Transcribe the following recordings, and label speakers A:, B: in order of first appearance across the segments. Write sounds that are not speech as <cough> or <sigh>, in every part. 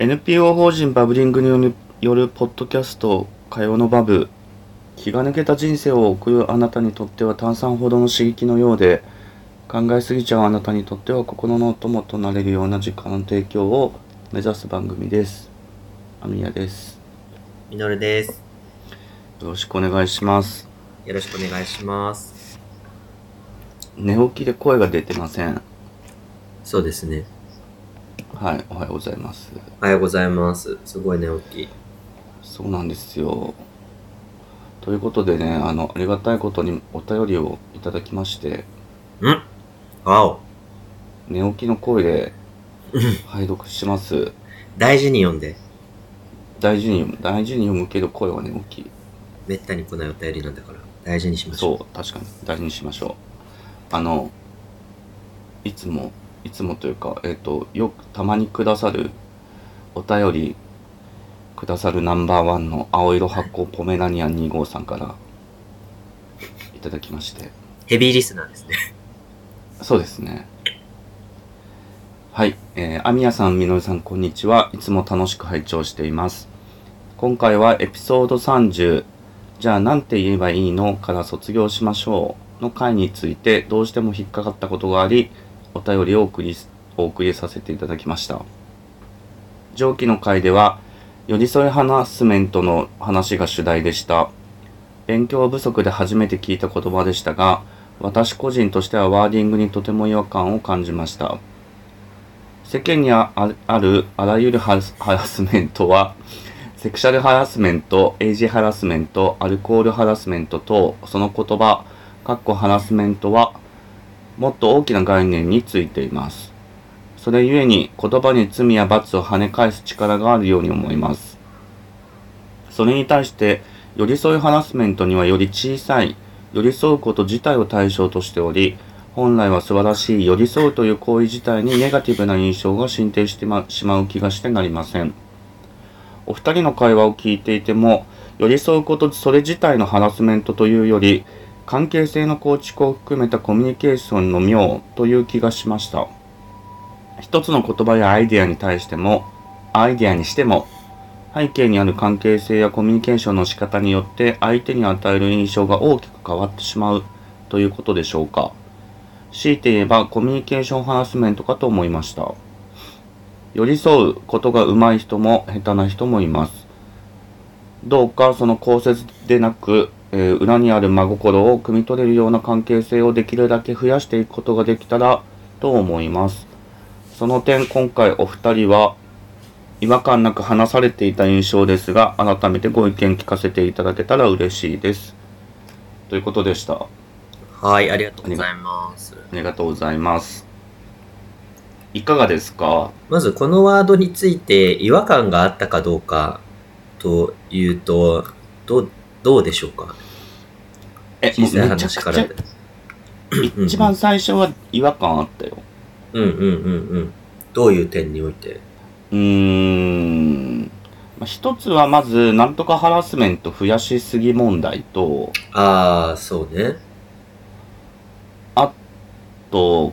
A: NPO 法人バブリングによるよるポッドキャスト「火曜のバブ」気が抜けた人生を送るあなたにとっては炭酸ほどの刺激のようで考えすぎちゃうあなたにとっては心のお供となれるような時間の提供を目指す番組です。アミヤです。
B: みのるです。
A: よろしくお願いします。
B: よろしくお願いします。
A: 寝起きで声が出てません。
B: そうですね。
A: はい、おはようございます。
B: おはようございます。すごい寝起き。
A: そうなんですよ。ということでね、あの、ありがたいことにお便りをいただきまして、
B: んわお。
A: 寝起きの声で拝読します。
B: 大事に読んで。
A: 大事に読む、大事に読むけど声は寝起き。
B: めったに来ないお便りなんだから、大事にしまし
A: そ
B: ょう。
A: う、確かに大事にしましょう。あの、いつも、いつもというか、えっ、と、よくたまにくださるお便りくださるナンバーワンの青色発光ポメラニアン2号さんからいただきまして。
B: ヘビーリスナーですね。
A: そうですね。はい。えー、アミヤさん、みのるさん、こんにちは。いつも楽しく拝聴しています。今回はエピソード30、じゃあなんて言えばいいのから卒業しましょうの回について、どうしても引っかかったことがあり、お便りをお送り、お送りさせていただきました。上記の回では、寄り添いハラスメントの話が主題でした。勉強不足で初めて聞いた言葉でしたが、私個人としてはワーディングにとても違和感を感じました世間にあああるあらゆるハラスハラスメントはセクシャルハラスメント、エイジハラスメント、アルコールハラスメント等、その言葉、かっこハラスメントは、もっと大きな概念についています。それゆえに、言葉に罪や罰を跳ね返す力があるように思います。それに対して、寄り添いハラスメントにはより小さい、寄り添うこと自体を対象としており本来は素晴らしい寄り添うという行為自体にネガティブな印象が進展してましまう気がしてなりませんお二人の会話を聞いていても寄り添うことそれ自体のハラスメントというより関係性の構築を含めたコミュニケーションの妙という気がしました一つの言葉やアイデアに対してもアイデアにしても背景にある関係性やコミュニケーションの仕方によって相手に与える印象が大きく変わってしまうということでしょうか強いて言えばコミュニケーションハラスメントかと思いました寄り添うことが上手い人も下手な人もいますどうかその口説でなく、えー裏にある真心を汲み取れるような関係性をできるだけ増やしていくことができたらと思いますその点今回お二人は違和感なく話されていた印象ですが改めてご意見聞かせていただけたら嬉しいですということでしたあ
B: はい、ありがとうございます。
A: りがとうございますいかがですか
B: まず、このワードについて違和感があったかどうかというと、どう、どうでしょうか
A: え
B: 小さい
A: もうめちゃ
B: 話
A: く
B: から
A: ち
B: で。
A: ゃ一番最初は違和感あったよ
B: うんうんうんうん。どういう点において
A: うーんまあ一つはまずなんとかハラスメント増やしすぎ問題と
B: ああ、そうね。
A: と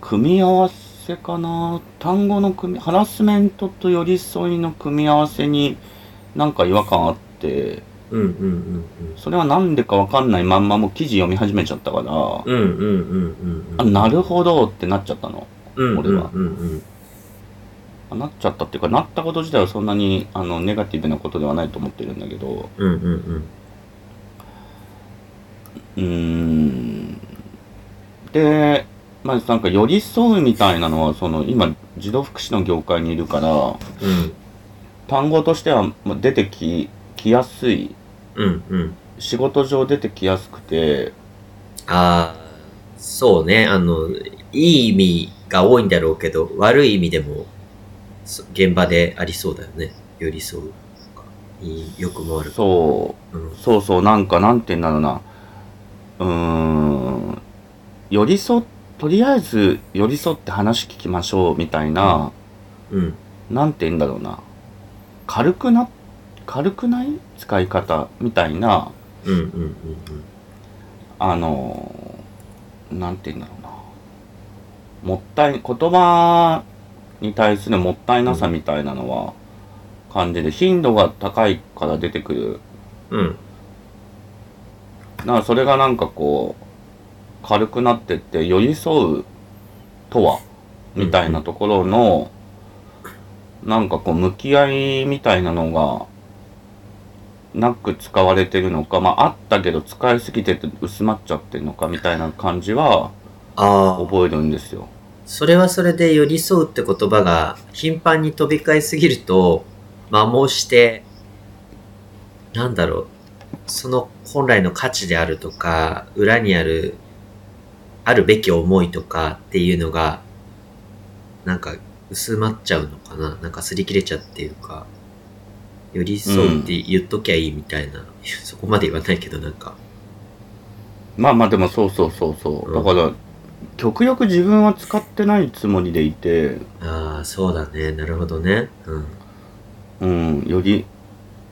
A: 組み合わせかな単語の組みハラスメントと寄り添いの組み合わせになんか違和感あって
B: うんうんうんうん。
A: それはなんでかわかんないまんまもう記事読み始めちゃったから、
B: うんうんうんうん。
A: あなるほどってなっちゃったの
B: うん、
A: 俺は
B: うんうん
A: あなっちゃったっていうかなったこと自体はそんなにあのネガティブなことではないと思ってるんだけど
B: うんうんうん
A: うーんでまずなんか寄り添うみたいなのはその今児童福祉の業界にいるから
B: うん
A: 単語としてはまあ出てききやすい
B: うんうん
A: 仕事上出てきやすくて
B: ああそうねあのいい意味が多いんだろうけど悪い意味でもそ現場でありそうだよね寄り添うとかいいよくもある、
A: そう
B: ん、
A: そうそう、なんか、なんて言うんだろうな。うーん、寄り添っ、とりあえず寄り添って話聞きましょうみたいな、
B: うん
A: なんて言うんだろうな。軽くな、軽くない使い方みたいな、
B: うんうんうん
A: あの、なんて言うんだろうな。もったい、言葉に対するもったいなさみたいなのは、感じで、頻度が高いから出てくる。
B: うん。
A: なんかそれがなんかこう、軽くなってって、寄り添うとは、みたいなところの、なんかこう、向き合いみたいなのが、なく使われてるのか、まああったけど使いすぎてて薄まっちゃってるのかみたいな感じは
B: ああ、
A: 覚えるんですよ。
B: それはそれで寄り添うって言葉が頻繁に飛び交いすぎると、摩耗して、なんだろう、その本来の価値であるとか、裏にある、あるべき思いとかっていうのが、なんか薄まっちゃうのかななんか擦り切れちゃうっていうか、寄り添うって言っときゃいいみたいな、そこまで言わないけどなんか、
A: まあまあでもそうそうそうそう。だから、極力自分は使ってないつもりでいて、
B: ああ、そうだね、なるほどね。うん。
A: うん、より、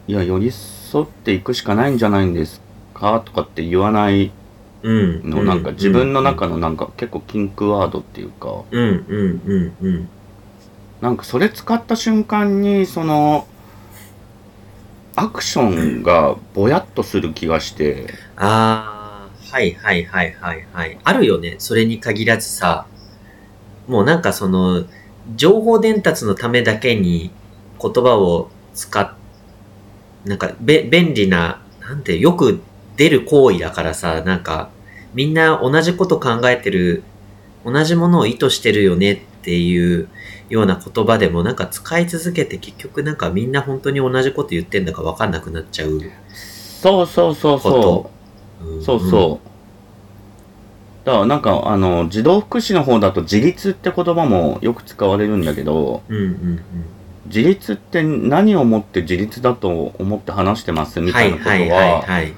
A: いや、寄り添っていくしかないんじゃないんですかとかって言わない
B: うん。
A: の、なんか自分の中のなんか結構キンクワードっていうか、
B: うんうんうんうん。
A: なんかそれ使った瞬間に、その、アクションがぼやっとする気がして、
B: ああ、はいはいはいはいはい。あるよね。それに限らずさ、もうなんかその、情報伝達のためだけに言葉を使っ、なんかべ便利な、なんてよく出る行為だからさ、なんかみんな同じこと考えてる、同じものを意図してるよねっていうような言葉でもなんか使い続けて結局なんかみんな本当に同じこと言ってんだかわかんなくなっちゃう。
A: そうそうそう
B: こと
A: そう。そうそう。だからなんかあの児童福祉の方だと自立って言葉もよく使われるんだけど
B: うん。うんうんうん。
A: 自立って何をもって自立だと思って話してますみたいなことは,、
B: はい。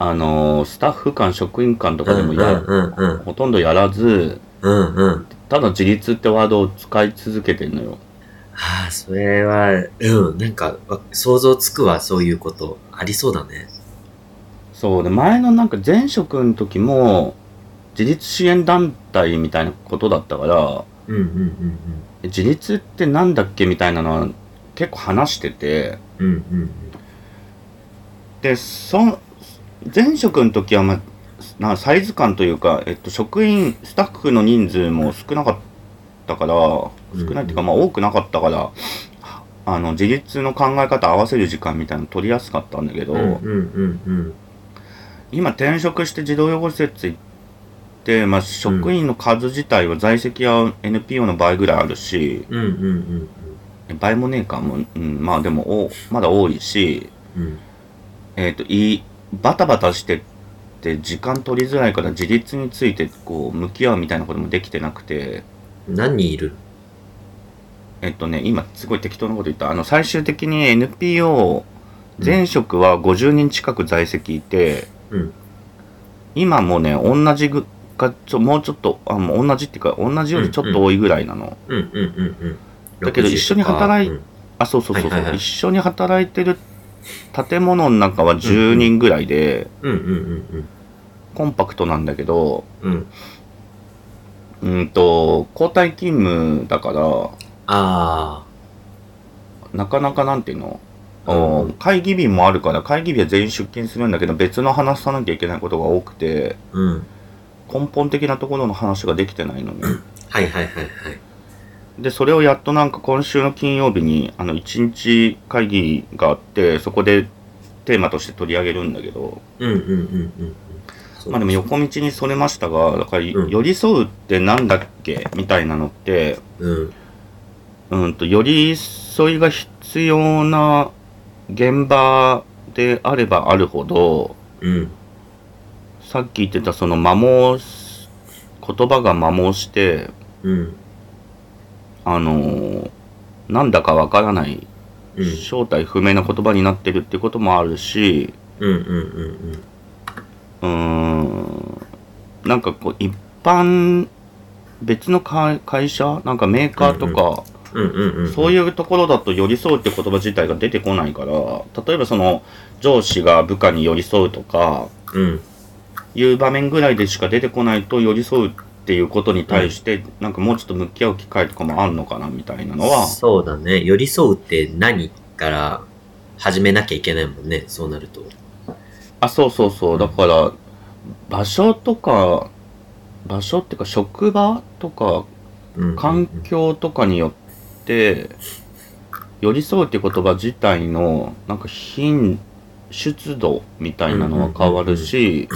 A: あのスタッフ間職員間とかでもや、
B: うんうん
A: ほとんどやらず
B: うんうんうん。
A: ただ自立ってワードを使い続けてるのよ。
B: ああ、それは、うん、なんか、わ想像つくわ、そういうこと。ありそうだね。
A: そうで前のなんか前職の時も自立支援団体みたいなことだったから
B: うんうん
A: 自立ってなんだっけみたいなのは結構話してて。
B: うんうん。うんうん
A: でそ前職の時は、まあ、なサイズ感というか、えっと、職員スタッフの人数も少なかったから少ないっていうか、
B: うん
A: まあ、多くなかったからあの自立の考え方合わせる時間みたいなの取りやすかったんだけど、
B: うん。うんうんうん
A: 今転職して児童養護施設行って、まあ、職員の数自体は在籍は NPO の倍ぐらいあるし
B: うん。うんうんうん
A: 倍もねえかもう、うん、まあでもおまだ多いし
B: うん。
A: えっ、と、いい、バタバタしてって、時間取りづらいから自立について、こう、向き合うみたいなこともできてなくて、
B: うん。何人いる
A: えっ、とね、今、すごい適当なこと言った。あの、最終的に NPO、前職は50人近く在籍いて、
B: うん
A: 今もね、同じぐか、ちょ、もうちょっと、あ、もう同じっていうか、同じよりちょっと多いぐらいなの。
B: うんうんうんうん。
A: だけど一緒に働い
B: 60とか
A: あ、そうそうそうそう、
B: はいはいはい
A: 一緒に働いてる建物の中は10人ぐらいで、
B: うんうんうん
A: コンパクトなんだけど、
B: うん。うん。
A: うんと交代勤務だから
B: あ
A: なかなかなんていうの、
B: あ。
A: うん会議日もあるから会議日は全員出勤するんだけど別の話さなきゃいけないことが多くて
B: うん。
A: 根本的なところの話ができてないの
B: <coughs>
A: に
B: はいはいはいはい。
A: でそれをやっとなんか今週の金曜日にあの1日会議があってそこでテーマとして取り上げるんだけど
B: うんうんうんうんうん。
A: まあでも横道にそれましたがだから
B: うん
A: 寄り添うってなんだっけみたいなのって
B: うん。
A: うんと、寄り添いが必要な現場であればあるほど、
B: うん。
A: さっき言ってたその摩耗し、言葉が摩耗して、
B: うん。
A: あのーなんだかわからない、
B: うん。
A: 正体不明な言葉になってるってこともあるし、
B: うんうんうんうん。
A: うーん、なんかこう、一般、別の会会社なんかメーカーとか、
B: うんうんうんうん。
A: そういうところだと寄り添うって言葉自体が出てこないから、例えばその上司が部下に寄り添うとか
B: うん。
A: いう場面ぐらいでしか出てこないと寄り添うっていうことに対して、なんかもうちょっと向き合う機会とかもあるのかなみたいなのは、
B: そうだね。寄り添うって何っから始めなきゃいけないもんね、そうなると。
A: あ、そうそうそう。だから、場所とか、場所っていうか職場とか
B: うんうん
A: 環境とかによって、寄り添うっていう言葉自体の、なんか品、出土みたいなのは変わるし、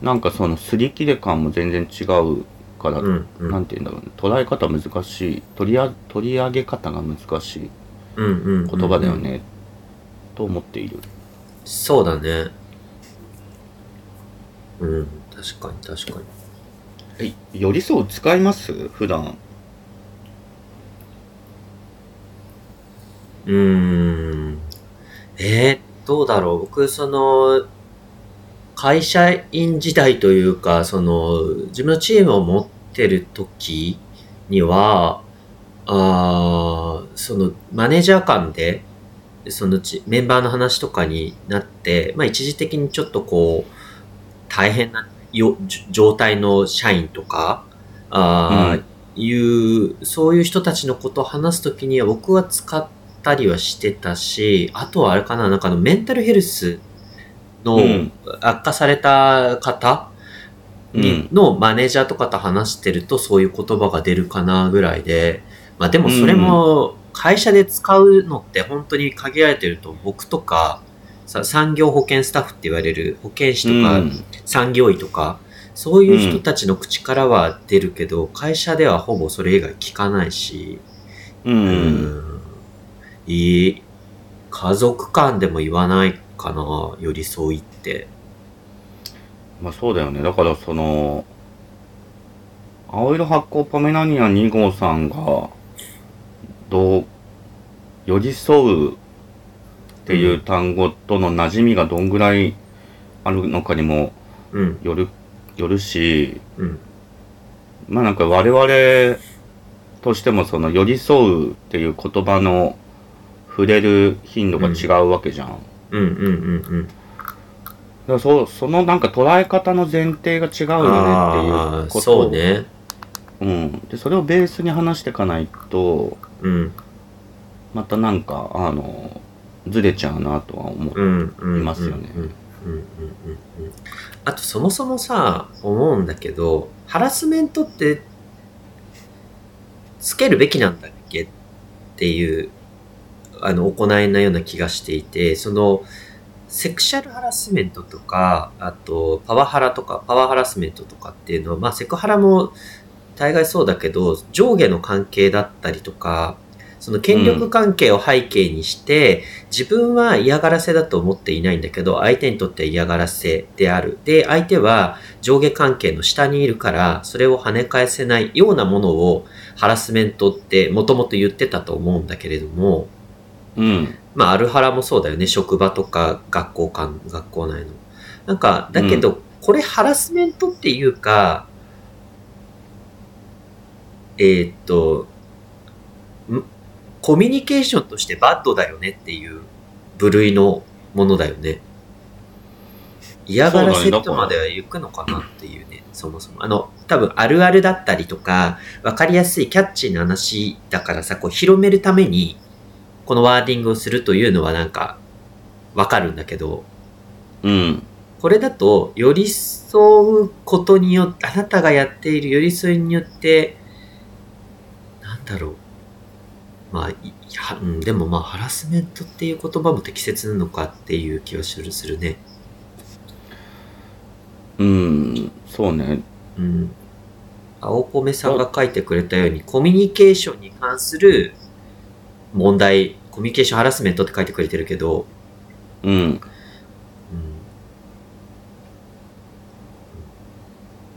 A: なんかその擦り切れ感も全然違うから、
B: うんうん
A: なんて言うんだろうね。捉え方難しい。取りあ取り上げ方が難しい
B: うんうんうん
A: 言葉だよね、と思っている。
B: そうだね。うん、確かに確かに。
A: え、寄り添う使います普段。
B: うーん。えー、どうだろう。僕、その、会社員時代というか、その、自分のチームを持ってる時には、あーその、マネージャー間で、そのち、メンバーの話とかになって、まあ、一時的にちょっとこう、大変なよじょ状態の社員とか、あー
A: うん
B: いう、そういう人たちのことを話すときには僕は使ったりはしてたし、あとはあれかな、なんかあのメンタルヘルスの
A: うん
B: 悪化された方に、
A: うん
B: のマネージャーとかと話してるとそういう言葉が出るかなぐらいで、まあでもそれも会社で使うのって本当に限られてると僕とか、さ産業保健スタッフって言われる保健師とか、
A: うん
B: 産業医とか、そういう人たちの口からは出るけど、会社ではほぼそれ以外聞かないし、
A: う。
B: うんいい、家族間でも言わないかな、寄り添いって。
A: まあそうだよね。だからその、青色発酵ポメラニアン2号さんが、どう、寄り添うっていう単語との馴染みがどんぐらいあるのかにも
B: うん、
A: よる、よるし、
B: うん、
A: まあなんか我々としてもその寄り添うっていう言葉の触れる頻度が違うわけじゃん。
B: うん、うん、うん、うん。
A: だからそうそのなんか捉え方の前提が違うよねっていう
B: ああ
A: こと
B: ー、そうね。
A: うん、でそれをベースに話していかないと
B: うん、
A: またなんかあのずれちゃうなとは思う、
B: うん、うん。
A: いますよね
B: うん、うん、うん、うんうん。あと、そもそもさ、思うんだけど、ハラスメントって、つけるべきなんだっけっていう、あの、行いなような気がしていて、その、セクシャルハラスメントとか、あと、パワハラとか、パワーハラスメントとかっていうのは、まあ、セクハラも大概そうだけど、上下の関係だったりとか、その権力関係を背景にして、自分は嫌がらせだと思っていないんだけど、相手にとっては嫌がらせである。で、相手は上下関係の下にいるから、それを跳ね返せないようなものをハラスメントってもともと言ってたと思うんだけれども、
A: うん
B: まあ、アルハラもそうだよね。職場とか学校間、学校内の。なんか、だけど、これハラスメントっていうか、えーっと、んコミュニケーションとしてバッドだよねっていう部類のものだよね。嫌がらせとまでは行くのかなっていうね、そもそも。あの、多分あるあるだったりとか、わかりやすいキャッチーな話だからさ、こう広めるために、このワーディングをするというのはなんか、わかるんだけど、
A: うん
B: これだと、寄り添うことによって、あなたがやっている寄り添いによって、なんだろう。まあ、いいや、うん、でもまあ、ハラスメントっていう言葉も適切なのかっていう気はするするね。
A: うんそうね
B: うん。青米さんが書いてくれたように、コミュニケーションに関する問題、コミュニケーションハラスメントって書いてくれてるけど、
A: うん
B: うん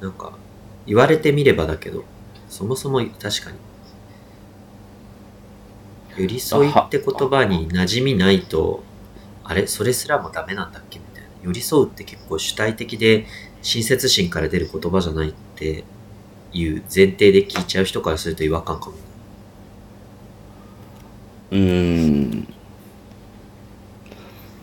B: なんか、言われてみればだけど、そもそも確かに。寄り添いって言葉に馴染みないと、あれそれすらもダメなんだっけみたいな。寄り添うって結構主体的で、親切心から出る言葉じゃないっていう前提で聞いちゃう人からすると違和感かも。
A: うん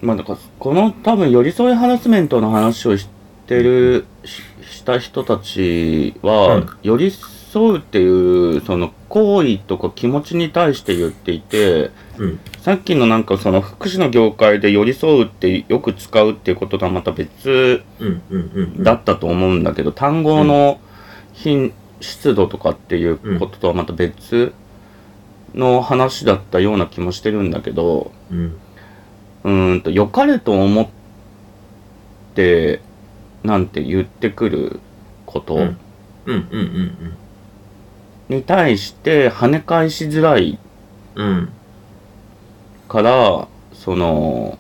A: まあだからこの多分寄り添いハラスメントの話をしてるしした人たちは、
B: うん
A: 寄り添うっていうその行為とか気持ちに対して言っていて
B: うん。
A: さっきのなんかその福祉の業界で寄り添うってよく使うっていうこととはまた別
B: うんうんうんうん。
A: だったと思うんだけど、単語の品質度とかっていうこととはまた別の話だったような気もしてるんだけど、
B: うん。
A: うーんと、良かれと思って、なんて言ってくること
B: うんうんうんうん
A: に対して跳ね返しづらい
B: うん。うん。
A: からその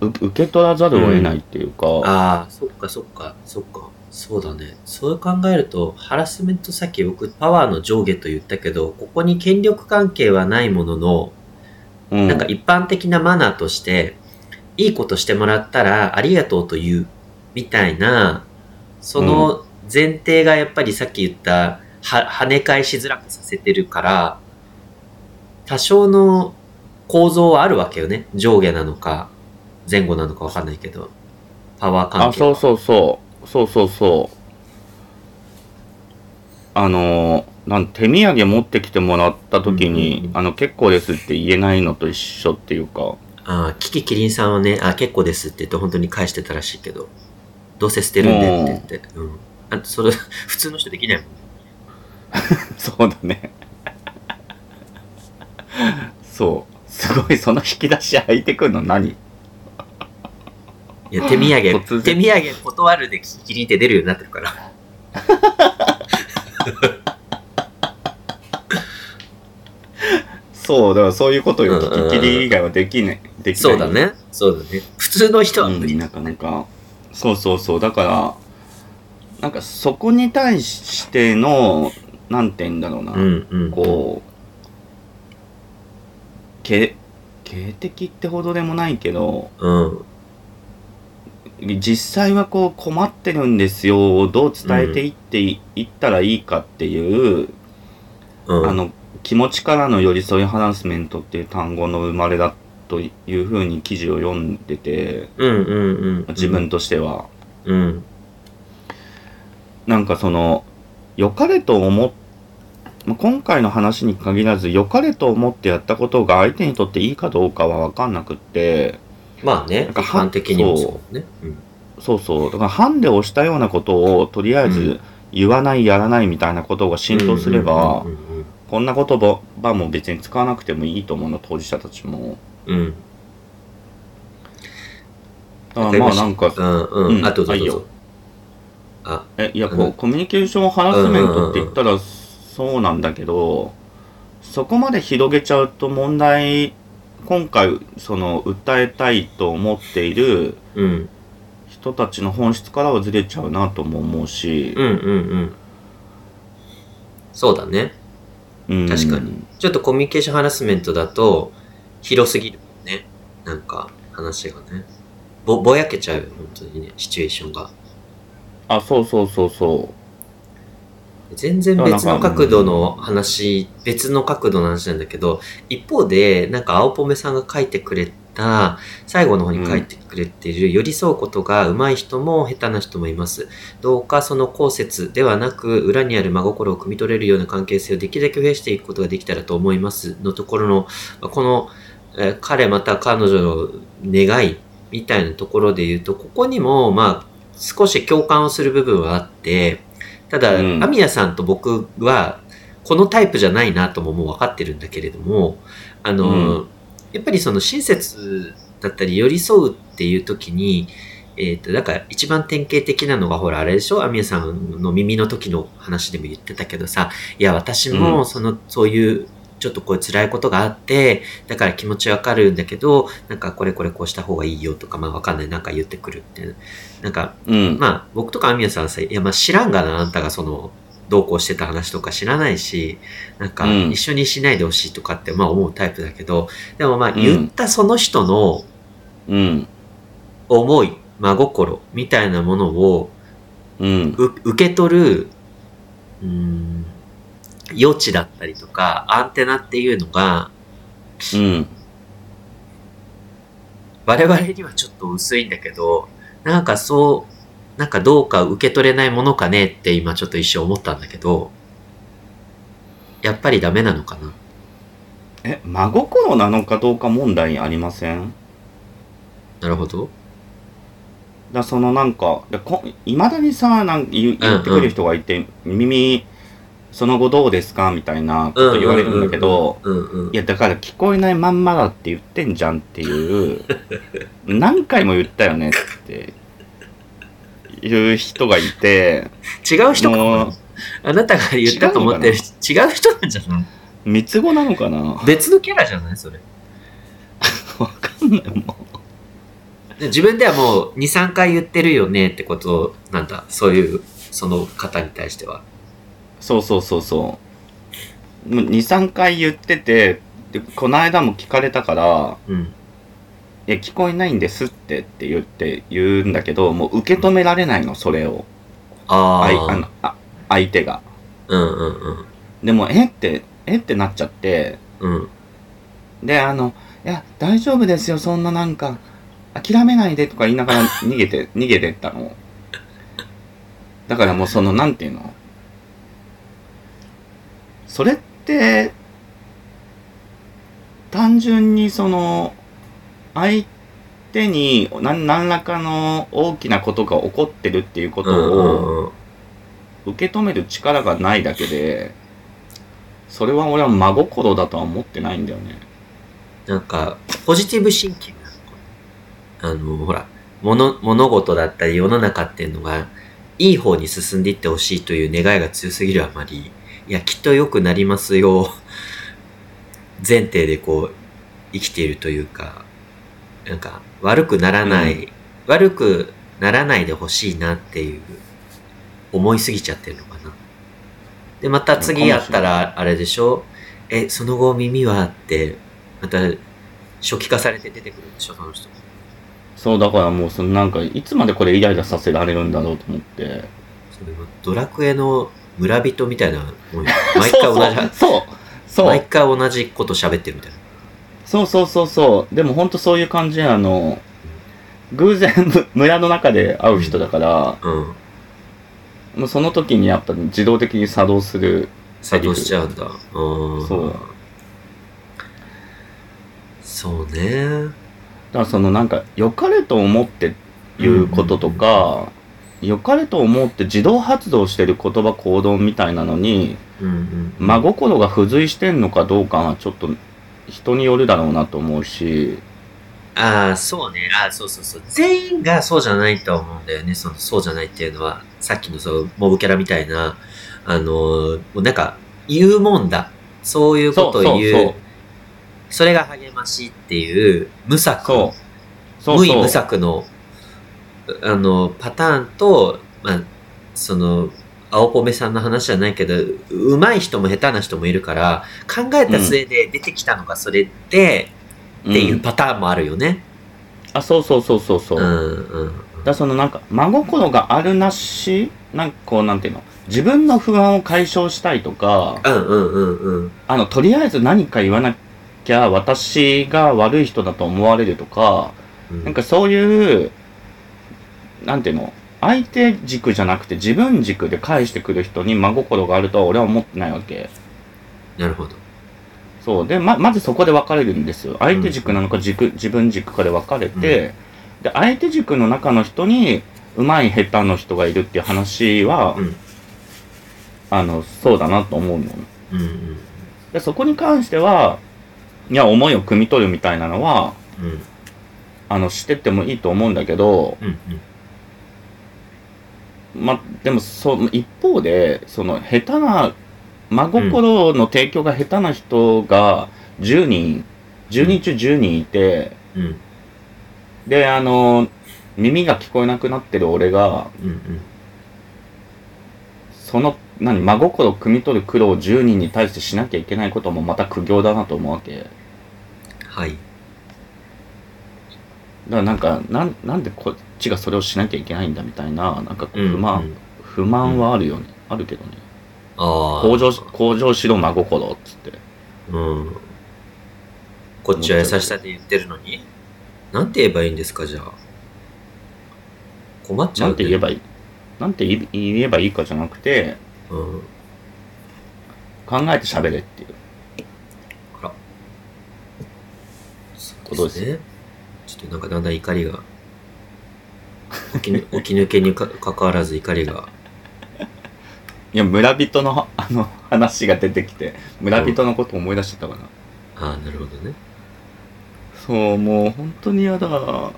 A: う受け取らざるを得ないっていうか、
B: ああ、そっかそっか、そっか。そうだね。そう考えると、ハラスメントさっき僕、パワーの上下と言ったけど、ここに権力関係はないものの、
A: うん
B: なんか一般的なマナーとして、いいことしてもらったらありがとうと言う、みたいな、その前提がやっぱりさっき言った、は、跳ね返しづらくさせてるから、多少の構造はあるわけよね。上下なのか、前後なのかわかんないけど、パワー関係は。
A: あそうそうそうそうそうそうあのなん手土産持ってきてもらった時に、
B: うんうんうん
A: あの結構ですって言えないのと一緒っていうか
B: ああ、キキキリンさんはね、あ結構ですって言って本当に返してたらしいけど、どうせ捨てるんでって言って。うん。あと、それ、 <laughs> 普通の人できないもんね。
A: そうだねそうすごいその引き出し開いてくるの何
B: いや、手土
A: 突
B: 産、手
A: 然
B: 土産断るでキキキリンって出るようになって
A: <laughs>
B: るから。
A: そうだからそういうことよ
B: うんうんうん
A: 聞き切り以外はできないできない
B: そうだね。そうだね。普通の人は無
A: う
B: 理
A: ん、
B: だ
A: な。かなかそうそうそうだからなんかそこに対してのなんて言うんだろうな、
B: うん、うん。
A: こうけ警的ってほどでもないけど
B: う。うん。
A: 実際はこう困ってるんですよをどう伝えていってい,、ったらいいかっていう、
B: うん。
A: あの気持ちからの寄り添いハラスメントっていう単語の生まれだというふうに記事を読んでて
B: うん、うん、うん。
A: 自分。としては。
B: うん。
A: なんかその良かれと思っまあ今回の話に限らず良かれと思ってやったことが相手にとっていいかどうかは分かんなくって
B: まあね、
A: なん
B: 一
A: かは
B: 般的にもそうね。うん。
A: そうそうだからハンデをしたようなことをとりあえ
B: う
A: ず言わないやらないみたいなことが浸透すれば
B: うんうん
A: こんな言葉も別に使わなくてもいいと思うの当事者たちも。
B: うん、うん。
A: だから
B: わかり
A: まあ
B: ました
A: なんか
B: うん、う。
A: うんん
B: あ、どうぞ
A: あいい
B: ど
A: うよ
B: ぞ。あ、
A: えいや
B: う
A: こ
B: ん
A: うコミュニケーションハラスメントって言ったらそうなんだけどそこまで広げちゃうと問題今回その訴えたいと思っている
B: うん。
A: 人たちの本質からはずれちゃうなとも思うし、
B: うんうんうん。そうだね。
A: うん
B: 確かにちょっとコミュニケーションハラスメントだと、広すぎるもんね。なんか、話がね。ぼ、ぼやけちゃうよ、本当にね、シチュエーションが。
A: あそうそうそうそ
B: 全然
A: そうなん
B: 別
A: か
B: の角度の話、別の角度の話なんだけど、一方で、なんか青ポメさんが書いてくれた、最後の方に書いてくれている、寄り添うことが上手い人も下手な人もいます。どうかその後説ではなく、裏にある真心を汲み取れるような関係性をできるだけ増やしていくことができたらと思います。のところの、この、えー彼また彼女の願いみたいなところで言うと、ここにも、まあ、少し共感をする部分はあって、ただ、
A: うん
B: アミヤさんと僕は、このタイプじゃないなとももう分かってるんだけれども、あの、やっぱりその親切だったり寄り添うっていう時に、えっ、と、だから一番典型的なのが、ほら、あれでしょアミヤさんの耳の時の話でも言ってたけどさ、いや、私
A: う
B: も、その、そういう、ちょっとこう辛いことがあって、だから気持ちわかるんだけど、なんかこれこれこうした方がいいよとか、まあわかんない、なんか言ってくるっていう。なんか、
A: ううん、
B: まあ僕とかアミヤさんはさ、いやまあ知らんがな、あんたがその、同行してた話とか知らないし、なんか
A: うん
B: 一緒にしないでほしいとかってまあ思うタイプだけど、でもまあ
A: ん
B: 言ったその人の
A: うん
B: 思い、真心みたいなものを
A: うん
B: う受け取る、うーん、余地だったりとか、アンテナっていうのが、
A: うん
B: 我々にはちょっと薄いんだけど、なんかそう、なんかどうか受け取れないものかねって今ちょっと一瞬思ったんだけど、やっぱりダメなのかな。
A: え、真心なのかどうか問題ありません
B: なるほど。
A: だそのなんかいまだにさなんか言言ってくる人がいて、耳その後どうですかみたいなこと言われるんだけど、
B: うんうん。
A: いやだから聞こえないまんまだって言ってんじゃんっていう何回も言ったよねっていう人がいて
B: 違う人か
A: もう
B: なあなたが言ったと思ってる違う人なんじゃない
A: 三つ子なのかな <laughs> わ
B: 別のキャラじゃないそれ。
A: かんないも
B: で自分ではもう2、3回言ってるよねってことなんだ。そういう、その方に対しては。
A: うそうそうそうそう23回言っててでこの間も聞かれたから
B: うん。
A: いや聞こえないんですってって言って言うんだけどもう受け止められないのそれをあい
B: あ
A: あ
B: あ。
A: のあ相手が
B: うんうんうん。
A: でもえってえってなっちゃって
B: うん。
A: であのいや大丈夫ですよそんななんか諦めないでとか言いながら逃げて <laughs> 逃げてったのだからもうそのなんていうのそれって単純にその相手に何何らかの大きなことが起こってるっていうこ
B: うんう
A: とを
B: んうん。
A: 受け止める力がないだけでそれは俺は真心だとは思ってないんだよね。
B: なんか、ポジティブシンキングなのかな。あの、ほら、物、物事だったり世の中っていうのが、いい方に進んでいってほしいという願いが強すぎるあまり、いや、きっと良くなりますよ、前提でこう、生きているというか、なんか、悪くならない、悪くならないでほしいなっていう、思いすぎちゃってるのかな。で、また次やったら、あれでしょえ、その後耳はって、また、初期化されて出てくるんでしょ、その人。
A: そうだからもうそのなんかいつまでこれイライラさせられるんだろうと思って
B: それもドラクエの村人みたいな
A: <laughs>
B: もんよ毎回同じ
A: そうそう
B: 毎回同じこと喋ってるみたいな
A: そうそうそうそうそうでもほんとそういう感じであの偶然村の中で会う人だから、
B: うん
A: もうその時にやっぱ自動的に作動する
B: 作動しちゃうんだうん
A: そう
B: そうね
A: だからそのなんか良かれと思って言うこととか、良かれと思って自動発動してる言葉行動みたいなのに
B: うんうん
A: 真心が付随してんのかどうかはちょっと人によるだろうなと思うし
B: ああそうねああそうそうそう全員がそうじゃないとは思うんだよねそのそうじゃないっていうのはさっきのそうモブキャラみたいなあのーもうなんか言うもんだそういうことを言う
A: そうそうそう
B: それが励ましっていう無策
A: そう。そう
B: 無
A: そ
B: 意
A: う
B: 無策のあのパターンと、まあ、その青ポメさんの話じゃないけどうまい人も下手な人もいるから考えた末で出てきたのがそれで、っていう
A: うん
B: パターンもあるよね。
A: あ、そうそうそうそうそうう。
B: んう
A: だか
B: んうん
A: らそのなんか、真心があるなし、なんかこう、なんていうの、自分の不安を解消したいとか、
B: うんうんうんうん
A: あの、とりあえず何か言わなきゃ私が悪い人だと思われるとか、
B: うん
A: なんかそういう、なんていうの、相手軸じゃなくて自分軸で返してくる人に真心があるとは俺は思ってないわけ。
B: なるほど。
A: そう。で、ま、まずそこで分かれるんですよ。相手軸なのか軸、自分軸かで分かれて、で、相手軸の中の人に、うまい下手の人がいるっていう話は、
B: うん
A: あの、そうだなと思うの。
B: うんうん
A: で、そこに関しては、いや、思いを汲み取るみたいなのは、
B: うん
A: あの、してってもいいと思うんだけど、
B: うん
A: ま、でも、そう、一方で、その、下手な、真心の提供が下手な人が10人、10人中10人いて、
B: うんうん
A: で、あの、耳が聞こえなくなってる俺が、
B: うんうん
A: その、何、真心を汲み取る苦労を10人に対してしなきゃいけないこともまた苦行だなと思うわけ。だか
B: はい。
A: らなんか、なん、なんでこっちがそれをしなきゃいけないんだみたいな、なんかこう
B: うん
A: 不満、
B: うん
A: 不満はあるよね。あるけどね。
B: ああ。
A: 向上し、向上しろ真心っつって。
B: うん。こっちは優しさで言ってるのになんて言えばいいんですか、じゃあ。困っちゃ
A: な
B: う、
A: んて言えば
B: いい
A: いいなんて言い言えばいいかじゃなくて、
B: うん。
A: 考えて喋れっていう。
B: あら
A: ことです。
B: ね。ちょっとなんかだんだん怒りが、起きぬ起き抜けにかかかわらず怒りが、
A: いや、村人の、あの、話が出てきて、村人のこと思い出してたかな。
B: ああ、なるほどね。
A: そう、もう本当に嫌だ。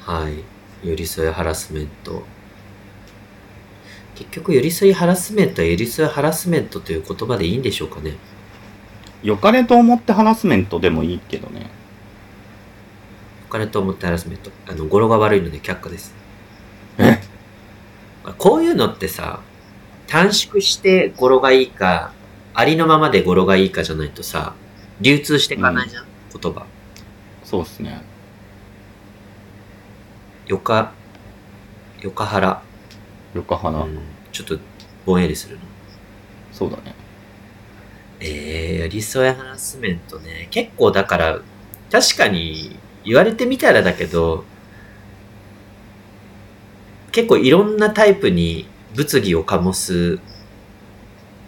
B: はい。寄り添いハラスメント。結局、寄り添いハラスメントは寄り添いハラスメントという言葉でいいんでしょうかね。
A: 良かれと思ってハラスメントでもいいけどね。
B: お金と思ってハラスメント。あの、語呂が悪いので却下です。
A: え
B: こういうのってさ、短縮して語呂がいいか、ありのままで語呂がいいかじゃないとさ、流通していかないじゃん、言葉。
A: そうですね。
B: よか、よかはら。
A: 横浜、
B: うんちょっとぼんやりするの。
A: そうだね。
B: えー、理想やハラスメントね。結構だから、確かに言われてみたらだけど、結構いろんなタイプに物議を醸す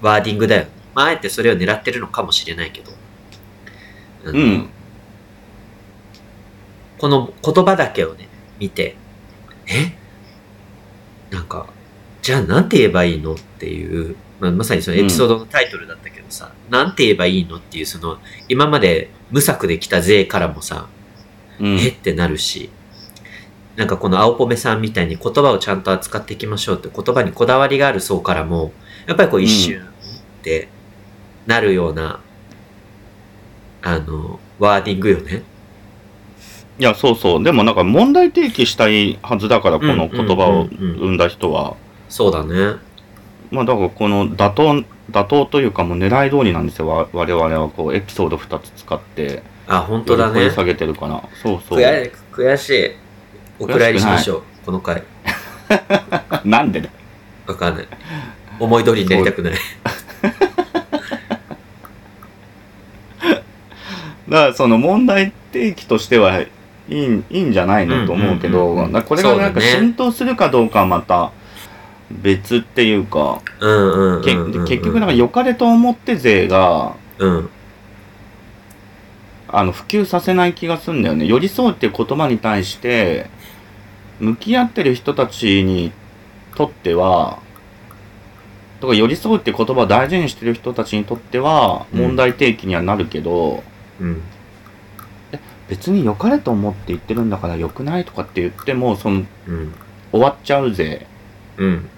B: ワーディングだよね。まあ、あえてそれを狙ってるのかもしれないけど。あの
A: うん
B: この言葉だけをね、見て、えなんか、じゃあなんて言えばいいのっていう、まあ、まさにそのエピソードのタイトルだったけどさ、なんて言えばいいのっていう、その、今まで無策で来た税からもさ、
A: うん。
B: えってなるし、なんかこの青ポメさんみたいに言葉をちゃんと扱っていきましょうって言葉にこだわりがある層からも、やっぱりこう一瞬ってなるような、あの、ワーディングよね。
A: いや、そうそう。でもなんか問題提起したいはずだから、この言葉を
B: うんうんうんうん
A: 生んだ人は。
B: そうだね。
A: まあだからこの妥当、妥当というかもう狙い通りなんですよ。わ我々はこうエピソード2つ使って、
B: あ、本当
A: よ
B: だ
A: り掘
B: ね
A: り。下げてるかな。そうそう。
B: 悔い悔しい。お蔵入りしましょう。この回。
A: なんでだ
B: わかんない。思い通りになりたく
A: <laughs>
B: ない。
A: だからその問題提起としてはいいんいいんじゃないのと思うけど、
B: うんうんうんうん
A: だからこれがなんか
B: そうだね
A: 浸透するかどうかはまた別っていうか、
B: うんうんうん
A: け
B: うんうん。
A: 結局なんか良かれと思って税が
B: うん。
A: あの普及させない気がするんだよね寄り添うっていう言葉に対して向き合ってる人たちにとってはとか寄り添うっていう言葉を大事にしてる人たちにとっては
B: うん
A: 問題提起にはなるけど、
B: うん。
A: 別に良かれと思って言ってるんだから良くないとかって言ってもその
B: うん。
A: 終わっちゃうぜ
B: うん。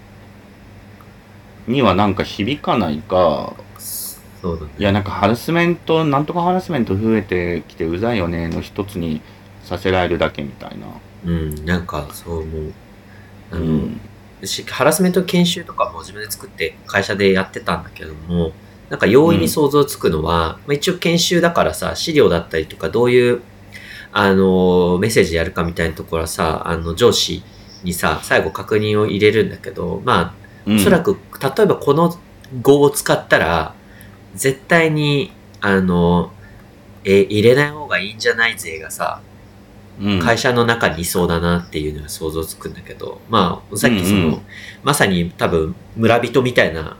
A: にはなんか響かないか
B: そうだね。
A: いやなんかハラスメントなんとかハラスメント増えてきてうざいよねの一つにさせられるだけみたいな、
B: うん、なんかそう思う。あ
A: う
B: の、
A: ん、
B: しハラスメント研修とかも自分で作って会社でやってたんだけども、なんか容易に想像つくのは、まあ、一応研修だからさ、資料だったりとかどういう、あの、メッセージやるかみたいなところはさ、あの、上司にさ、最後確認を入れるんだけど、まあ、
A: うん
B: おそらく、例えばこの語を使ったら、絶対に、あの、え、入れない方がいいんじゃないぜがさ、
A: うん
B: 会社の中にいそうだなっていうのが想像つくんだけど、まあ、さっきその、
A: うんうん
B: まさに多分村人みたいな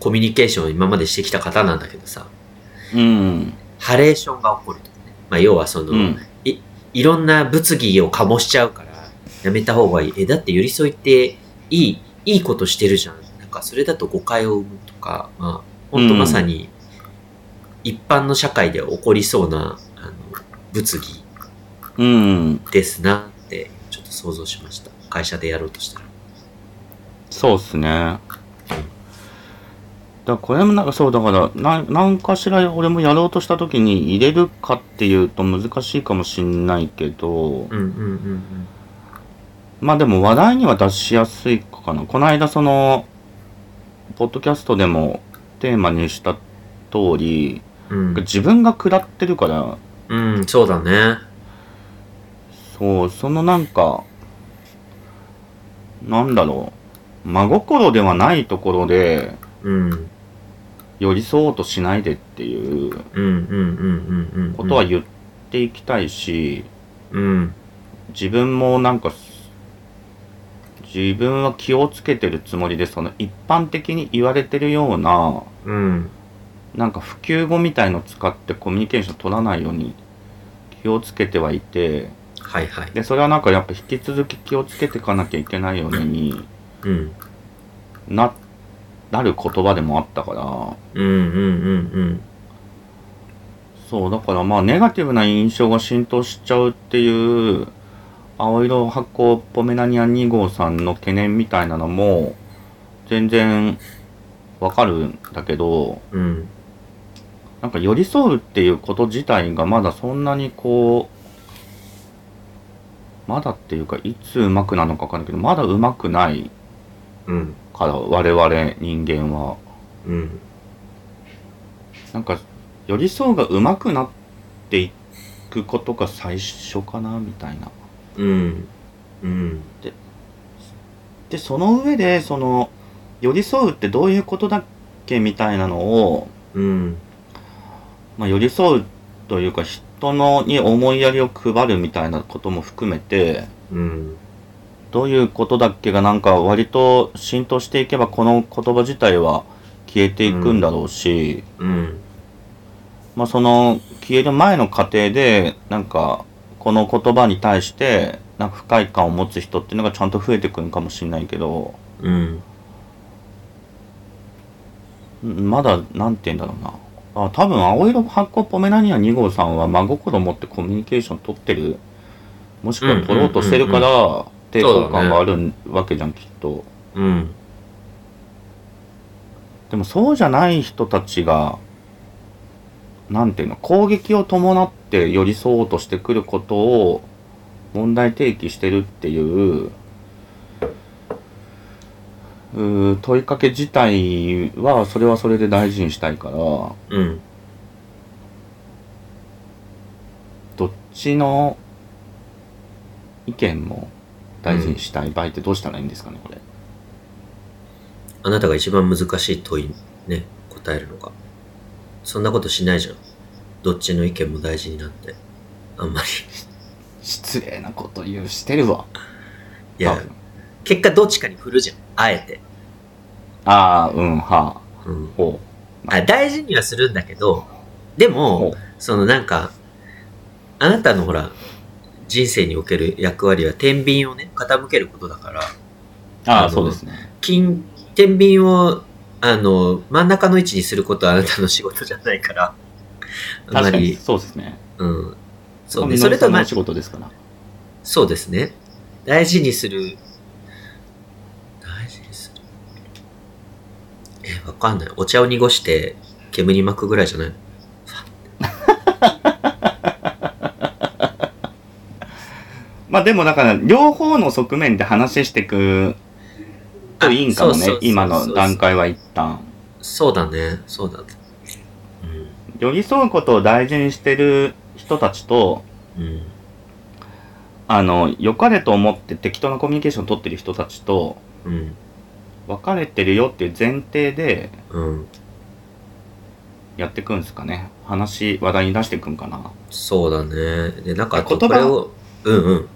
B: コミュニケーションを今までしてきた方なんだけどさ、
A: うん
B: ハレーションが起こるとかね。まあ、要はその、
A: うん
B: いろんな物議を醸しちゃうから、やめた方がいい。え、だって寄り添いっていい、いいことしてるじゃん。なんかそれだと誤解を生むとか、まあ、ほんとまさに、一般の社会で起こりそうな、あの、物議。
A: うん
B: ですなってちょっと想像しました会社でやろうとしたら
A: そうっすねだからこれもなんかそうだからななんかしら俺もやろうとした時に入れるかっていうと難しいかもしんないけど、
B: うんうんうん
A: まあでも話題には出しやすいかな。この間その、ポッドキャストでもテーマにした通り、
B: うんうん
A: 自分が食らってるから、
B: うんそうだね
A: そう、そのなんか、なんだろう、真心ではないところで
B: うん
A: 寄り添おうとしないでっていう
B: うんうんうんうんうん
A: ことは言っていきたいし、
B: うん
A: 自分もなんか、自分は気をつけてるつもりで、その一般的に言われてるような、
B: うん
A: なんか普及語みたいの使ってコミュニケーション取らないように気をつけてはいて
B: はいはい。
A: でそれはなんかやっぱ引き続き気をつけていかなきゃいけないように
B: うん。
A: ななる言葉でもあったから
B: うんうんうん
A: そうだからまあネガティブな印象が浸透しちゃうっていう青色箱ポメラニアン2号さんの懸念みたいなのも全然わかるんだけど
B: うん。うん。
A: なんか寄り添うっていうこと自体がまだそんなにこうまだっていうかいつうまくなのかわかんないけどまだうまくない
B: うん。
A: から我々人間は
B: うん。
A: なんか寄り添うがうまくなっていくことが最初かなみたいな
B: うん。うん。
A: でその上でその寄り添うってどういうことだっけみたいなのを、
B: うん。
A: まあ、寄り添うというか人のに思いやりを配るみたいなことも含めて
B: うん。
A: どういうことだっけがなんか割と浸透していけばこの言葉自体は消えていくんだろうし、
B: うん。
A: まあ、その消える前の過程でなんかこの言葉に対してなんか不快感を持つ人っていうのがちゃんと増えてくるかもしれないけど
B: うん。
A: うんまだなんて言うんだろうなあ多分青色発酵ポメラニア2号さんは真心持ってコミュニケーション取ってるもしくは取ろうとしてるから抵抗感があるわけじゃんきっと。
B: うん。
A: でもそうじゃない人たちが、なんていうの、攻撃を伴って寄り添おうとしてくることを問題提起してるっていう、うー問いかけ自体は、それはそれで大事にしたいから、ど
B: うん。
A: っちの意見も大事にしたい場合ってどうしたらいいんですかね、これ。
B: あなたが一番難しい問いね、答えるのが。そんなことしないじゃん。どっちの意見も大事になって。あんまり。
A: 失礼なこと言う、してるわ。
B: いや、結果どっちかに振るじゃん。あえて。
A: ああ、うん、は
B: うん
A: あ、。ほ
B: あ大事にはするんだけど、で
A: う。ほ
B: も
A: う、
B: そのなんか、あなたのほら、人生における役割は天秤をね、傾けることだから、
A: あ
B: あ
A: あ、
B: の
A: そうですね。
B: 金、天秤を、あの、真ん中の位置にすることはあなたの仕事じゃないから、あんま
A: 確かに
B: り、
A: そうですね。
B: うん。そう
A: まあ
B: ね、それと
A: みの
B: ま
A: り
B: あ
A: さんのお仕事ですから。
B: そうですね。大事にする。大事にする。え、わかんない。お茶を濁して煙に巻くぐらいじゃない
A: まあでもだから両方の側面で話していくといいんかも
B: あ
A: ね
B: そうそうそうそう
A: 今の段階は一旦
B: そうだね。そうだね。うん。
A: 寄り添うことを大事にしてる人たちと
B: うん。
A: あの良かれと思って適当なコミュニケーションを取ってる人たちと
B: うん。
A: 分かれてるよっていう前提で
B: うん。
A: やっていくんですかね話話題に出していくんかな
B: そうだね。で、なんか、あと
A: 言葉
B: これを、うんうん。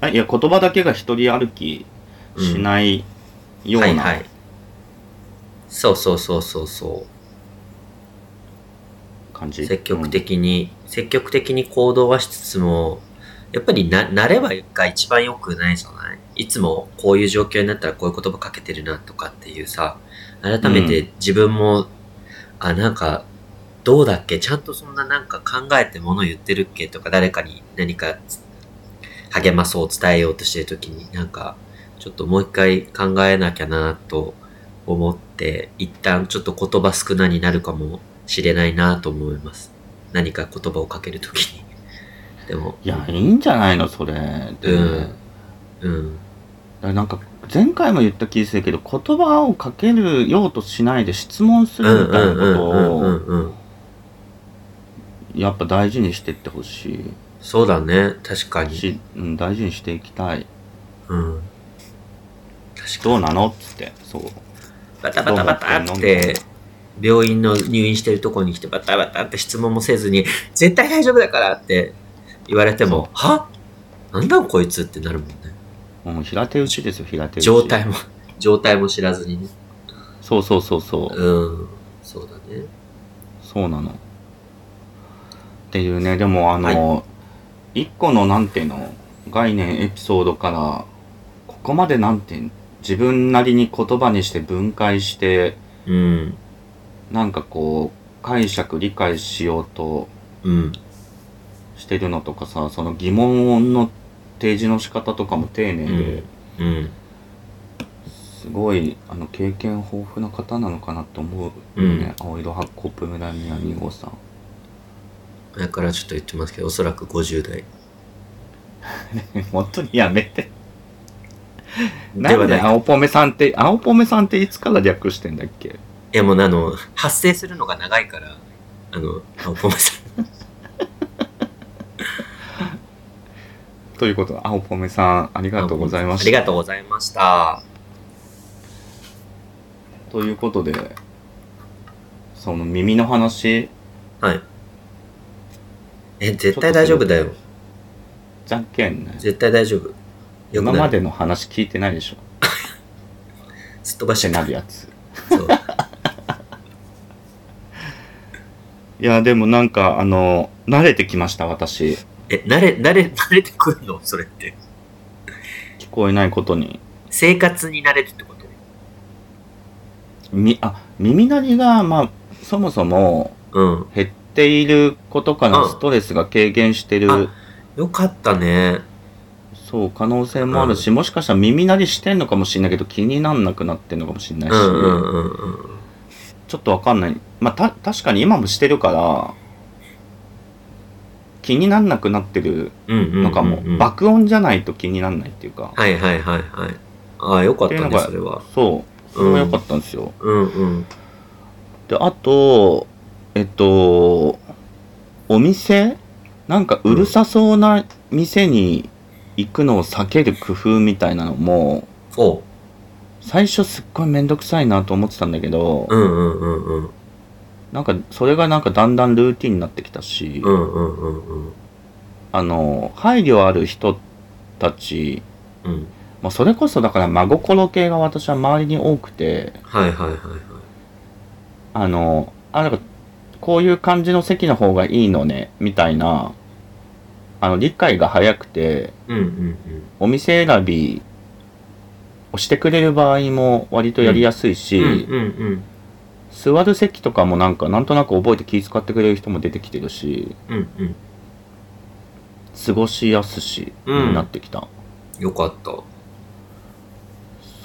A: あいや言葉だけが一人歩き
B: うん
A: しないよう
B: はい
A: な
B: はい。そうそうそうそうそ
A: 感じ、
B: う。積極的に、積極的に行動はしつつも、やっぱりな、慣れはが一番良くないじゃないいつもこういう状況になったらこういう言葉かけてるなとかっていうさ、改めて自分も、あ、なんか、どうだっけちゃんとそんななんか考えてもの言ってるっけとか、誰かに何か励まそう、伝えようとしてるときに、なんか、ちょっともう一回考えなきゃなと思って、一旦ちょっと言葉少なになるかもしれないなと思います。何か言葉をかけるときに。でも、
A: うんいやいいんじゃないのそれで
B: うん。うん。
A: だからなんか前回も言った気するけど言葉をかけるようとしないで質問す
B: うん
A: るみ
B: う
A: たい
B: んう
A: なこ
B: んうんう
A: とを
B: んうん。
A: やっぱ大事にしてってほし
B: そうだね。確か
A: い
B: に。
A: し、うん、大事にしていきたい
B: うん。確かに。
A: どうなのっつってそう
B: バタバタバタって、病院の入院してるとこに来てバタバタって質問もせずに、絶対大丈夫だからって言われても、はなんだこいつってなるもんね。
A: もう平手打ちですよ平手打ち
B: 状態も、状態も知らずにね。
A: そうそうそうそう
B: うん。そうだね。
A: そうなの。っていうね、でもあの、一、個のなんていうの、概念、エピソードから、ここまでなんていうの自分なりに言葉にして分解して、
B: うん。
A: なんかこう、解釈、理解しようと
B: うん。
A: してるのとかさ、その疑問の提示の仕方とかも丁寧
B: う
A: で、
B: ん。うん。
A: すごいあの経験豊富な方なのかなと思うよね、青色発酵プメラニア2号さん
B: だからちょっと言ってますけど、おそらく50代。
A: <laughs> 本当にやめてな
B: では
A: んで
B: ない
A: 青ポメさんって青ポメさんっていつから略してんだっけ
B: いやもうあの、発生するのが長いから、あの、青ポメさ
A: ということで青ポメさんあり
B: ん。
A: がとうございま
B: あり
A: した
B: がとうございました。
A: ということでその耳の話
B: はい。え、絶対大丈夫だよ。
A: じゃんけんね
B: 絶対大丈夫。よ
A: 今
B: く
A: ま
B: なる。
A: での話聞いてないでしょ
B: すっ飛ば
A: っ
B: してて
A: なるやつ
B: そう。
A: いやでもなんかあの慣れてきました私
B: え、慣れ、慣れ、慣れてくるのそれって。
A: 聞こえないことに
B: 生活に慣れるってこと
A: みあ耳鳴りがまあそもそも
B: うん。
A: 減っていることか
B: う
A: ら
B: ん
A: ストレスが軽減してる、
B: あよかったね。
A: そう可能性もあるし、もしかしたら耳鳴りしてんのかもしれないけど気になんなくなってんのかもしれな
B: う
A: い
B: ん
A: し、
B: うんうんうん。
A: ちょっとわかんないまあた確かに今もしてるから気になんなくなってる
B: うんうんうんうん。
A: のかも、爆音じゃないと気になんないっていうか、
B: はいはいはいはい。ああ、よかっ
A: ってい
B: た
A: うの
B: ね、
A: が
B: それは。
A: そうそれも良かったんですよ、
B: うんうん。
A: であとえっとお店なんかうるさそうな店に行くのを避ける工夫みたいなのも
B: おう。
A: 最初すっごい面倒くさいなと思ってたんだけど、
B: うんうんうんうん。
A: なんかそれがなんかだんだんルーティンになってきたし、
B: うんうんうんうん。
A: あの配慮ある人たち、
B: うん。
A: まあ、それこそだから真心系が私は周りに多くて
B: はいはいはいはい。
A: あのあなんかこういう感じの席の方がいいのねみたいなあの理解が早くて
B: うんうん
A: お店選びをしてくれる場合も割とやりやすいし、
B: うん。うんうんうん。
A: 座る席とかもなんかなんとなく覚えて気遣ってくれる人も出てきてるし
B: うんうん。
A: 過ごしやすし
B: うん
A: になってきた、
B: よかった。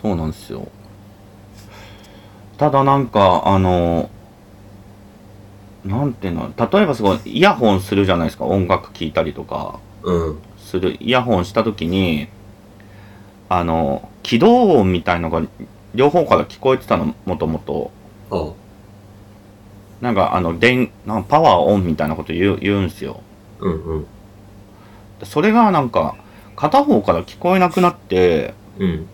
A: そうなんですよただなんかあのなんていうの例えばすごいイヤホンするじゃないですか音楽聴いたりとか
B: うん。
A: するイヤホンした時にあの起動音みたいのが両方から聞こえてたのもともと
B: あ
A: なんかあの電なんかパワーオンみたいなこと言う言うんですよ
B: うんうん。
A: それがなんか片方から聞こえなくなって
B: うん。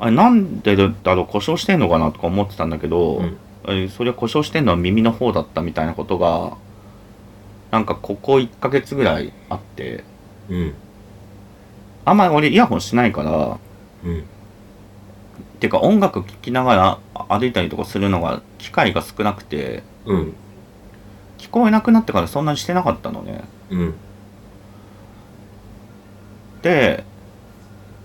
A: あれなんでだろう故障してんのかなとか思ってたんだけど、
B: うん
A: えーそれは故障してんのは耳の方だったみたいなことがなんかここ1ヶ月ぐらいあって
B: うん。
A: あんまり俺イヤホンしないから
B: う
A: っ
B: ん。
A: ていうか音楽聴きながらあ歩いたりとかするのが機会が少なくて
B: うん。
A: 聞こえなくなってからそんなにしてなかったのね
B: うん。
A: で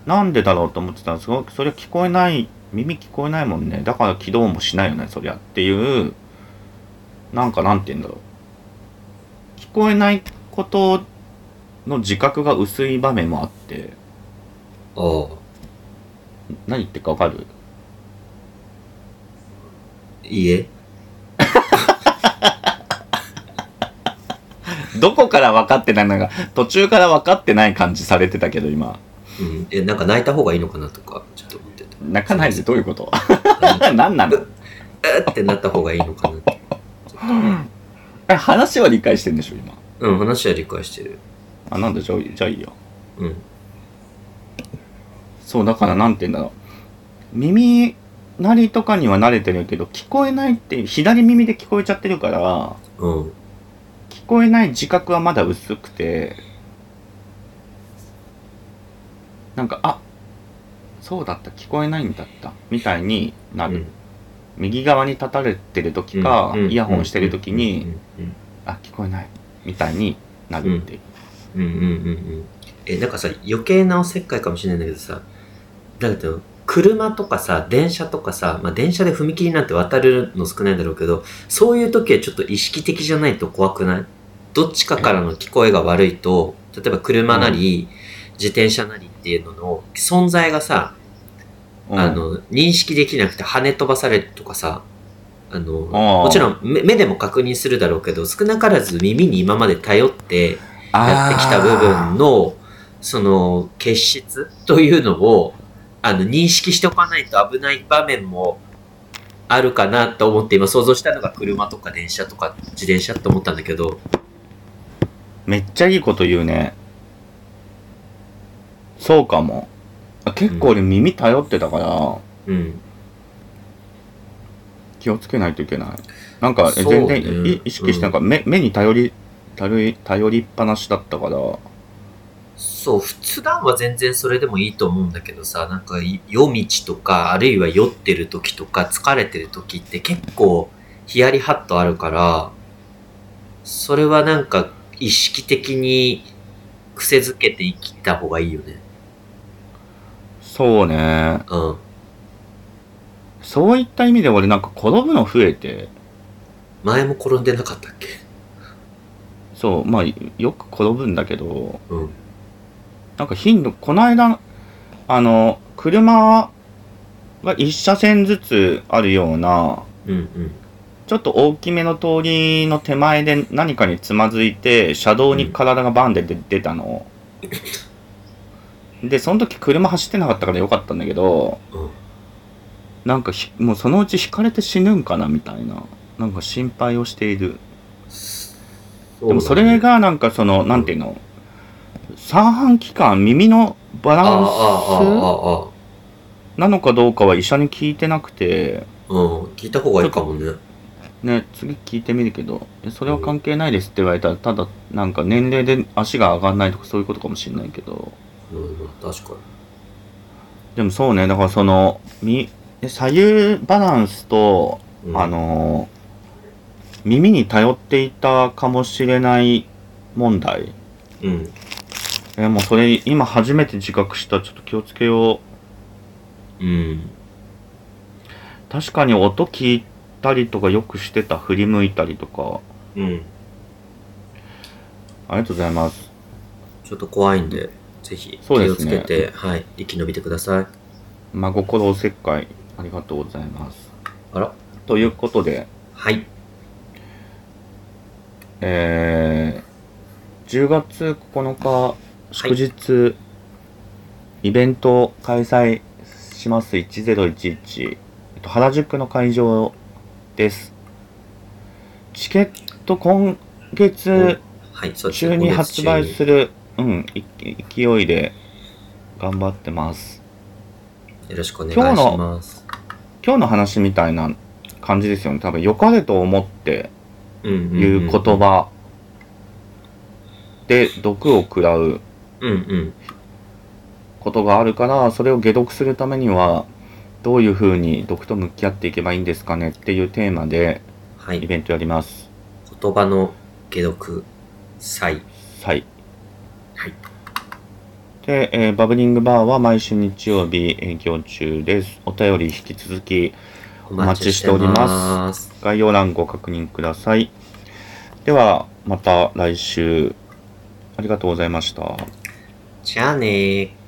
A: なんでだろうと思ってたんですがそれは聞こえない耳聞こえないもんねだから起動もしないよねそりゃっていうなんかなんて言うんだろう聞こえないことの自覚が薄い場面もあって
B: ああ。
A: 何言ってるかわかる
B: いいえ。
A: どこから分かってないのか途中から分かってない感じされてたけど今
B: うん。え、なんか泣いた方がいいのかなとか、ちょっと思ってた。
A: 泣かないでどういうこと <laughs>
B: あの
A: 何なの
B: うってなった方がいいのかなって。
A: え話は理解してんでしょ今
B: うん、話は理解してる。
A: あなんだじゃあじゃあいいよ
B: うん。
A: そう、だからなんて言うんだろう。耳鳴りとかには慣れてるけど、聞こえないっていう、左耳で聞こえちゃってるから、
B: うん。
A: 聞こえない自覚はまだ薄くて、なんか、あそうだった、聞こえないんだった、みたいにな
B: う
A: る。
B: ん。
A: 右側に立たれてる時か、
B: うん
A: イヤホンしてる時に、、
B: うん
A: あ聞こえないみたいになるっていう、
B: うんうんうんうん。え、なんかさ、余計なおせっかいかもしれないんだけどさ、だけど、車とかさ、電車とかさ、まあ、電車で踏切なんて渡るの少ないんだろうけど、そういう時はちょっと意識的じゃないと怖くないどっちかからの聞こえが悪いと、例えば車なり、自転車なりっていうのの存在がさ、
A: うん
B: あの、認識できなくて跳ね飛ばされるとかさ、あの、
A: あー
B: もちろん目目でも確認するだろうけど、少なからず耳に今まで頼って、やってきた部分の、その、結質というのを、あの、認識しておかないと危ない場面もあるかなと思って、今想像したのが車とか電車とか自転車と思ったんだけど、
A: めっちゃいいこと言うねそうかもあ結構俺耳頼ってたから、
B: うん。
A: 気をつけないといけないなんか、え
B: そう
A: 全
B: ね
A: 然い意識してなんか、目目に頼り頼り頼りっぱなしだったから
B: そう、普段は全然それでもいいと思うんだけどさ、なんかい夜道とか、あるいは酔ってる時とか、疲れてる時って結構ヒヤリハッとあるから、それはなんか意識的に癖づけて生きた方がいいよね。
A: そうね
B: うん。
A: そういった意味で俺なんか転ぶの増えて
B: 前も転んでなかったっけ
A: そうまあよく転ぶんだけど
B: うん。
A: なんか頻度この間あの車が一車線ずつあるような
B: うんうん。
A: ちょっと大きめの通りの手前で何かにつまずいて車道に体がバンで出出た
B: <laughs>
A: の、でその時車走ってなかったからよかったんだけど
B: うん。
A: なんかひもうそのうちひかれて死ぬんかなみたいななんか心配をしているでもそれがなんかその、なんていうの、三半規管、耳のバ
B: ああ、ああ、
A: ラン
B: ああ、あ
A: スなのかどうかは医者に聞いてなくて、
B: あ。うん。聞いた方がいいかもね。
A: ね、次聞いてみるけど、えそれは関係ないですって言われたら、ただなんか年齢で足が上がらないとかそういうことかもしれないけど、
B: うん、確か
A: でもそうね、だからその、み左右バランスと、
B: に。うん
A: あ、のー、耳に頼っていたかもしれない問題。
B: うん。
A: えもうそれ今初めて自覚したちょっと気をつけよう
B: うん。
A: 確かに音聞いたりとかよくしてた振り向いたりとか
B: うん。
A: ありがとうございます
B: ちょっと怖いんで、ぜひ気
A: そうで
B: を
A: す
B: つ
A: ね
B: けて、はい。生き延びてください。
A: 真心おせっかいありがとうございます
B: あら
A: ということで
B: はい。
A: えー、10月9日祝日、イベント開催します1011、えっと、原宿の会場ですチケット今月
B: はい、そうです
A: 中
B: ね。
A: に
B: 今月
A: 発売
B: 中
A: する、うん、い勢いで頑張ってます。
B: によろしくお願いします。
A: 今日の話みたいな感じですよね。多分、良かれと思って
B: うんうん
A: 言う言。葉で毒を食らう
B: うんうん。
A: ことがあるから、それを解毒するためには、どういうふうに毒と向き合っていけばいいんですかねっていうテーマで
B: は
A: イ
B: い。
A: ベントやります。
B: 言葉の解毒祭。
A: はい。
B: はい。
A: で、えーバブリングバーは毎週日曜日営業中です。お便り引き続き
B: お。
A: 待ちしております概要欄ご確認ください。では、また来週。ありがとうございました。
B: じゃあねー。